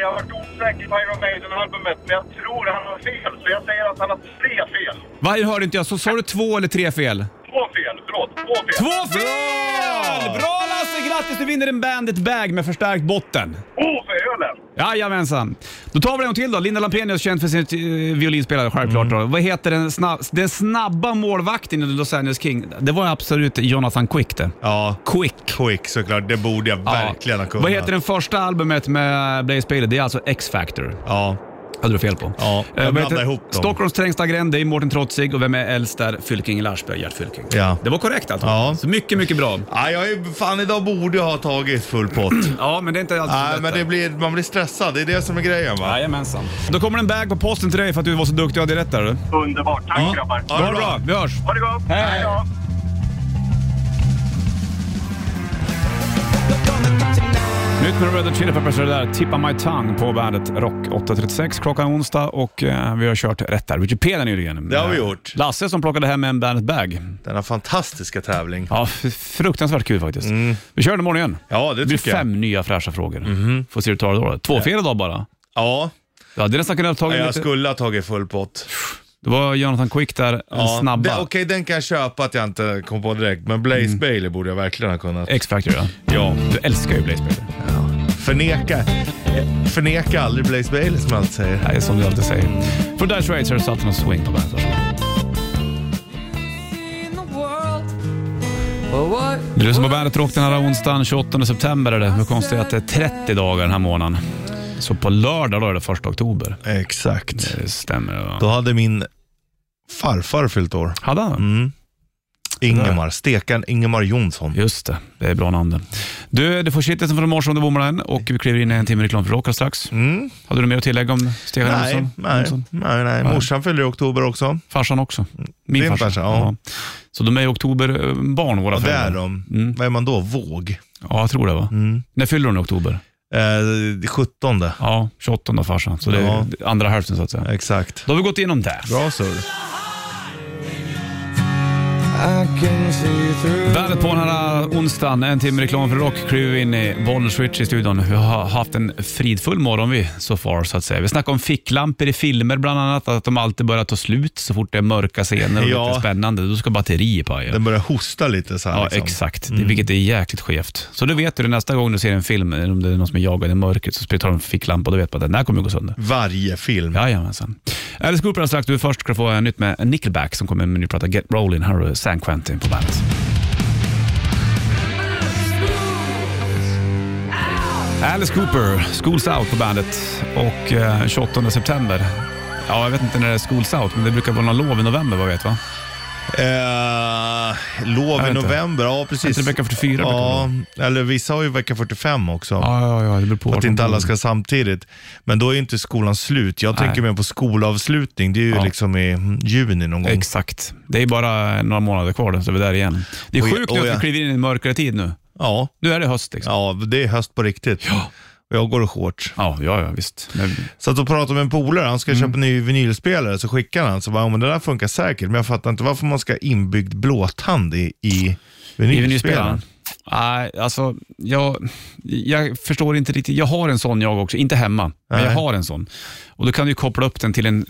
Speaker 5: jag har varit osäker på Iron Maiden-albumet, men jag tror han har fel. Så jag säger att han har tre fel.
Speaker 2: Varje hörde inte jag, så sa du två eller tre fel?
Speaker 5: Två fel, förlåt. Två fel.
Speaker 2: Två fel! Bra Lasse! Grattis, du vinner en Bandit-bag med förstärkt botten.
Speaker 5: Oh, för ölen!
Speaker 2: Jajamensan. Då tar vi en gång till då. Linda Lampenius, känd för sin eh, violinspelare självklart.
Speaker 3: Mm.
Speaker 2: Då. Vad heter den, snabb, den snabba målvakten i Los Angeles King? Det var absolut Jonathan Quick det.
Speaker 3: Ja.
Speaker 2: Quick.
Speaker 3: Quick såklart. Det borde jag verkligen ha kunnat.
Speaker 2: Vad heter den första albumet med Blaze Bailey? Det är alltså X-Factor.
Speaker 3: Ja.
Speaker 2: Hade du fel på. Eh,
Speaker 3: Ja, jag
Speaker 2: vad
Speaker 3: blandade
Speaker 2: heter-
Speaker 3: ihop dem.
Speaker 2: Stockholms trängsta gränd, det är Mårten Trotzig och vem är äldst där? Fylking Larsberg, Gert Fylking.
Speaker 3: Ja.
Speaker 2: Det var korrekt alltså.
Speaker 3: Ja.
Speaker 2: Så mycket, mycket bra.
Speaker 3: ja jag är, fan, idag borde jag ha tagit full pott.
Speaker 2: Ja, men det är inte alltid
Speaker 3: Nej, men det blir, man blir stressad. Det är det som är grejen va?
Speaker 2: Jajamensan. Då kommer en bag på posten till dig för att du var så duktig och hade rätt där. du.
Speaker 5: Underbart. Tack
Speaker 3: Ja.
Speaker 5: grabbar.
Speaker 3: Ja.
Speaker 2: Ha det bra, vi hörs.
Speaker 5: Ha det gott.
Speaker 2: Hej.
Speaker 5: då.
Speaker 2: Nytt med Red Hot Chili Peppers, det där Tippa My Tongue på bandet Rock 8.36. Klockan är onsdag och eh, vi har kört rätt där. Richard Peder nyligen.
Speaker 3: Det har vi
Speaker 2: Eh,
Speaker 3: gjort.
Speaker 2: Lasse som plockade hem en bandet bag.
Speaker 3: Denna fantastiska tävling.
Speaker 2: Ja, f- fruktansvärt kul faktiskt. Vi kör den imorgon igen.
Speaker 3: Mm. Ja, det
Speaker 2: Det blir
Speaker 3: tycker jag. Mhm.
Speaker 2: fem nya fräscha frågor. Får se hur du tar det då. Två fel idag bara.
Speaker 3: Ja,
Speaker 2: Du hade nästan kunnat ta
Speaker 3: jag
Speaker 2: lite...
Speaker 3: skulle ha tagit full pott.
Speaker 2: Det var Jonathan Quick där, den
Speaker 3: Ja, det-
Speaker 2: snabba.
Speaker 3: Okej, den kan jag köpa att jag inte kom på direkt, men Blaze Bailey borde jag verkligen ha kunnat.
Speaker 2: X-Factor ja.
Speaker 3: Mm. Ja.
Speaker 2: Du älskar ju Blaze Bailey.
Speaker 3: Förneka, eh, förneka aldrig Blaze Bailey som jag alltid säger.
Speaker 2: Nej, som du alltid säger. För Dire Straits har du satt någon swing på bandet. varsågod. Det är du som har bandet Rock den här onsdagen 28 september. Är det. Hur konstigt är det att det är 30 dagar den här månaden. Så på lördag då är det 1 oktober.
Speaker 3: Exakt.
Speaker 2: Det stämmer va?
Speaker 3: Mm. Då hade min farfar fyllt år.
Speaker 2: Hade han?
Speaker 3: Mm. Ingemar, stekaren Ingemar Jonsson.
Speaker 2: Just det, det är bra namn det. Du, du får shitlisten från morse om du bommar den och vi kliver in i en timme reklam för rock strax.
Speaker 3: Mm.
Speaker 2: Hade du mer att tillägga om Stefan
Speaker 3: Nej,
Speaker 2: Jonsson?
Speaker 3: nej,
Speaker 2: Jonsson?
Speaker 3: nej, nej. Morsan fyller i oktober också.
Speaker 2: Farsan också? Min
Speaker 3: Din
Speaker 2: farsa.
Speaker 3: farsa, ja.
Speaker 2: Så de är i oktober eh, barn våra
Speaker 3: Och det är
Speaker 2: föräldrar.
Speaker 3: de. Mm. Vad är man Mm. då? Våg?
Speaker 2: Ja, jag tror det va? När fyller de i oktober?
Speaker 3: Eh, 17.
Speaker 2: Ja, 28 då farsan. Så det är
Speaker 3: Ja.
Speaker 2: andra hälften så att säga.
Speaker 3: Exakt.
Speaker 2: Då har vi gått igenom det.
Speaker 3: Bra surr.
Speaker 2: Bandet på den här äh, onsdagen, en timme reklam för rock, kliver vi in i Bollnäs Switch i studion. Vi har haft en fridfull morgon vi, så far så att säga. Vi snackade om ficklampor i filmer bland annat, att de alltid börjar ta slut så fort det är mörka scener och
Speaker 3: Ja.
Speaker 2: lite spännande. Då ska batterier paja.
Speaker 3: Den börjar hosta lite så här.
Speaker 2: Ja,
Speaker 3: liksom.
Speaker 2: exakt. Det, vilket är jäkligt skevt. Så då vet du det nästa gång du ser en film, eller om det är någon som är jagad i mörkret, så tar de en ficklampa och då vet man att den där kommer att gå sönder.
Speaker 3: Varje film.
Speaker 2: Jajamensan. Alice Cooper har strax. Du först ska få eh, nytt med Nickelback som kommer med en ny platta, Get Rollin'. Här har du San Quentin på bandet. Alice Cooper, Schools Out på bandet och eh, 28 september. Ja, jag vet inte när det är Schools Out, men det brukar vara någon lov i november vad jag vet va?
Speaker 3: Eh, lov
Speaker 2: vet
Speaker 3: i
Speaker 2: inte.
Speaker 3: november, ja precis.
Speaker 2: Inte vecka 44 brukar
Speaker 3: Ja, eller vissa har ju vecka 45 också.
Speaker 2: Ja, ja, ja, det beror på.
Speaker 3: Att inte alla ska samtidigt. Men då är ju inte skolan slut. Jag tänker mer på skolavslutning. Det är ju
Speaker 2: Ja.
Speaker 3: liksom i juni någon gång.
Speaker 2: Exakt. Det är bara några månader kvar då, så är vi där igen. Det är
Speaker 3: Oj,
Speaker 2: sjukt nu
Speaker 3: oj,
Speaker 2: att
Speaker 3: Oh ja.
Speaker 2: vi kliver in i en mörkare tid nu.
Speaker 3: ja,
Speaker 2: Nu är det höst liksom.
Speaker 3: ja, det är höst på riktigt. Ja. Och jag går i shorts.
Speaker 2: Ja, ja, ja visst. Men,
Speaker 3: Så att då pratade med en polare, han ska
Speaker 2: Mm.
Speaker 3: köpa en ny vinylspelare, så skickar han. Så bara, ja, men det där funkar säkert, men jag fattar inte varför man ska ha inbyggd blåtand i, i
Speaker 2: I vinylspelaren?
Speaker 3: vinylspelaren.
Speaker 2: Nej, alltså jag, jag förstår inte riktigt. Jag har en sån jag också, inte hemma, men
Speaker 3: Nej.
Speaker 2: jag har en sån. Och då kan du ju koppla upp den till en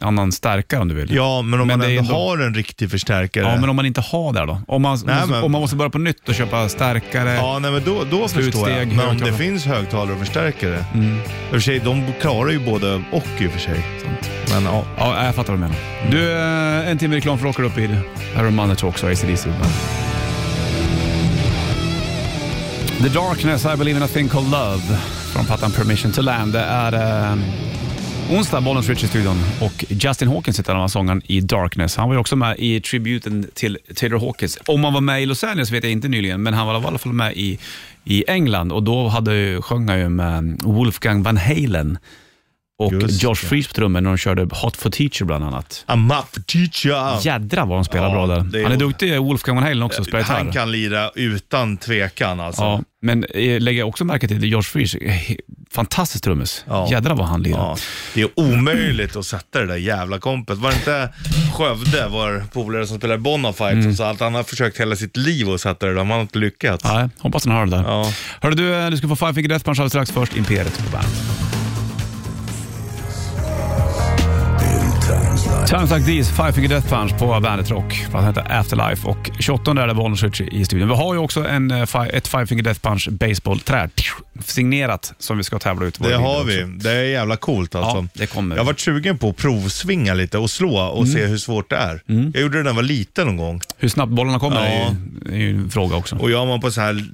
Speaker 2: eh, annan stärkare om du vill.
Speaker 3: Ja, men om
Speaker 2: Men
Speaker 3: man
Speaker 2: det är
Speaker 3: ändå,
Speaker 2: ändå-
Speaker 3: har en riktig förstärkare.
Speaker 2: Ja, men om man inte har det då? Om man,
Speaker 3: Nej,
Speaker 2: måste,
Speaker 3: men-
Speaker 2: om man måste börja på nytt och köpa stärkare.
Speaker 3: Ja, nej, men då, då
Speaker 2: Slutsteg,
Speaker 3: förstår jag. Men om det
Speaker 2: högtalare. Mm.
Speaker 3: finns högtalare och förstärkare. I och för sig, de klarar ju både och i och för sig. Men ja.
Speaker 2: Ja, jag fattar vad du menar. Du, eh, en timme reklam för Rocker upp i det. Här har Money Talks och ACDC. The Darkness, I Believe in a Thing Called Love från plattan Permission to Land. Det är eh, onsdag, Bollens Rich i studion och Justin Hawkins heter den här sångaren i Darkness. Han var ju också med i tributen till Taylor Hawkins. Om han var med i Los Angeles vet jag inte nyligen, men han var i alla fall med i, i England och då hade, ju- sjöng han ju med Wolfgang Van Halen och
Speaker 3: Just
Speaker 2: Josh
Speaker 3: det.
Speaker 2: Freeze på trummor när de körde Hot for Teacher bland annat.
Speaker 3: I'm up for teacher.
Speaker 2: Jädra vad de spelar
Speaker 3: Ja,
Speaker 2: bra
Speaker 3: det är-
Speaker 2: där. Han är duktig, Wolfgang Van Halen också, spelar
Speaker 3: Han
Speaker 2: gitarr.
Speaker 3: kan lira utan tvekan alltså.
Speaker 2: Ja, men eh, lägger jag också märke till, Josh Freeze, eh, Fantastisk trummis.
Speaker 3: Ja.
Speaker 2: Jädrar vad han lirar.
Speaker 3: Ja, det är omöjligt att sätta det där jävla kompet. Var det inte Skövde, vår polare som spelar Bonafide,
Speaker 2: Mm.
Speaker 3: som sa att han har försökt hela sitt liv att sätta det där, men han har inte lyckats.
Speaker 2: Nej, hoppas han hör det där.
Speaker 3: Ja.
Speaker 2: Hörru du, eh, du ska få Five Finger Death Punch alldeles strax. Först Imperiet på bandet. Times Like These, Five Finger Death Punch på Bandet Rock. Plattan heter Afterlife och 28 är det Bollnäs Ritchie i studion. Vi har ju också en, eh, fi- ett Five Finger Death Punch baseballträ tsch, signerat som vi ska tävla ut. våra
Speaker 3: Det
Speaker 2: bilder
Speaker 3: har
Speaker 2: också.
Speaker 3: vi. Det är jävla coolt alltså.
Speaker 2: Ja, det kommer. Mm.
Speaker 3: Jag har varit sugen på att provsvinga lite och slå och se hur svårt det är. Jag gjorde det när jag var liten någon gång.
Speaker 2: Hur snabbt bollarna kommer
Speaker 3: Ja.
Speaker 2: är, ju, är ju en fråga också.
Speaker 3: Och gör man på så här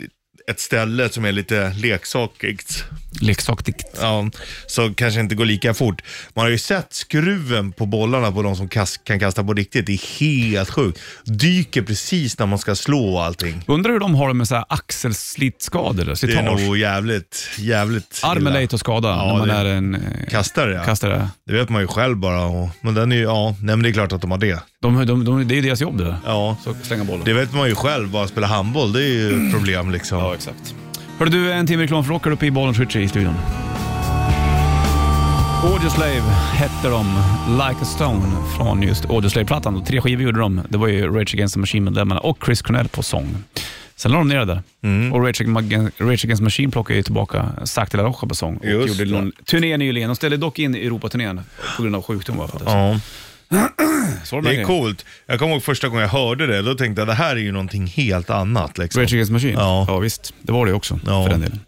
Speaker 3: ett ställe som är lite leksakigt,
Speaker 2: Leksaktigt.
Speaker 3: ja, så kanske det inte går lika fort. Man har ju sett skruven på bollarna på de som kas- kan kasta på riktigt. Det är helt sjukt. Dyker precis när man ska slå och allting.
Speaker 2: Undrar hur de har det med så här axelslitskador eller
Speaker 3: Det är
Speaker 2: slitage.
Speaker 3: nog jävligt, jävligt
Speaker 2: Armen
Speaker 3: illa.
Speaker 2: lär ju ta skada
Speaker 3: Ja,
Speaker 2: när man
Speaker 3: det-
Speaker 2: är en eh,
Speaker 3: Kastare ja.
Speaker 2: kastare.
Speaker 3: Det vet man ju själv bara. Och, men den är ju, ja, nej men det är klart att de har det.
Speaker 2: De, de, de, det är ju deras jobb det där.
Speaker 3: Ja.
Speaker 2: Så slänga bollen.
Speaker 3: Det vet man ju själv, bara spela handboll, det är ju ett problem liksom.
Speaker 2: Ja, exakt. Hörde du, en timme reklam för rockar uppe i Bollens Ritchie i studion. Audio Slave hette de, Like a Stone från just Audio Slave-plattan. Och Tre skivor gjorde de. Det var ju Rage Against the Machine-medlemmarna och Chris Cornell på sång. Sen la de ner det där.
Speaker 3: Mm.
Speaker 2: Och Rage Against, Rage Against the Machine plockade ju tillbaka Zack de la Rocha på sång och
Speaker 3: Just
Speaker 2: gjorde någon turné nyligen. De ställde dock in Europaturnén på grund av sjukdom. Var det.
Speaker 3: Ja.
Speaker 2: Så var
Speaker 3: Det
Speaker 2: med
Speaker 3: är coolt. Jag kommer ihåg första gången jag hörde det, då tänkte jag det här är ju någonting helt annat. Liksom.
Speaker 2: Rage Against the Machine?
Speaker 3: Ja.
Speaker 2: visst. Det var det också
Speaker 3: Ja.
Speaker 2: för den delen.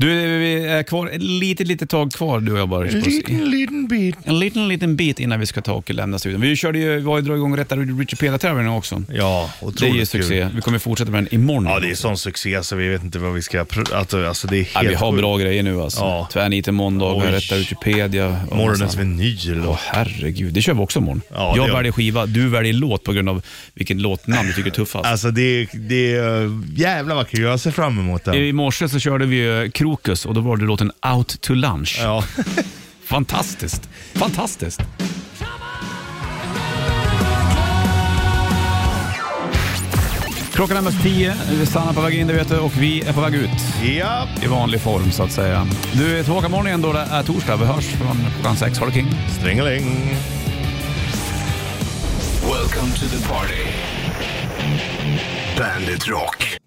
Speaker 2: Du, vi är kvar ett litet, litet tag kvar du och jag bara.
Speaker 3: Liten, liten bit.
Speaker 2: En liten, liten bit innan vi ska ta och lämna studion. Vi körde ju, vi har ju dragit igång Rätta Richard Pela-tävlingen också.
Speaker 3: Ja, otroligt
Speaker 2: det är ju
Speaker 3: Kul.
Speaker 2: succé. Vi kommer fortsätta med den imorgon.
Speaker 3: Ja, det är sån succé så vi vet inte vad vi ska... pr- Alltså, alltså det är helt
Speaker 2: Ja, vi har
Speaker 3: sjukt.
Speaker 2: bra grejer nu alltså.
Speaker 3: Ja.
Speaker 2: Tvärniten måndagar,
Speaker 3: Oj.
Speaker 2: Rätta Wikipedia. och
Speaker 3: Morgonens
Speaker 2: massa-
Speaker 3: vinyl
Speaker 2: Åh
Speaker 3: och...
Speaker 2: herregud, det kör vi också imorgon.
Speaker 3: Ja, det
Speaker 2: jag
Speaker 3: gör
Speaker 2: väljer skiva, du väljer låt på grund av vilket låtnamn du tycker är tuffast.
Speaker 3: Alltså det är, det är eh, jävlar vad kul. Jag ser fram emot den.
Speaker 2: I morse så körde vi ju Krokus och då var det låten Out to Lunch.
Speaker 3: Ja.
Speaker 2: Fantastiskt. Fantastiskt. Klockan är mest tio. Sanna är på väg in, det vet du, och vi är på väg ut.
Speaker 3: ja,
Speaker 2: I vanlig form, så att säga. Du är tillbaka imorgon igen då det är torsdag. Vi hörs från klockan sex. Ha det king.
Speaker 3: strängeläng.
Speaker 1: Welcome to the party. Bandit Rock.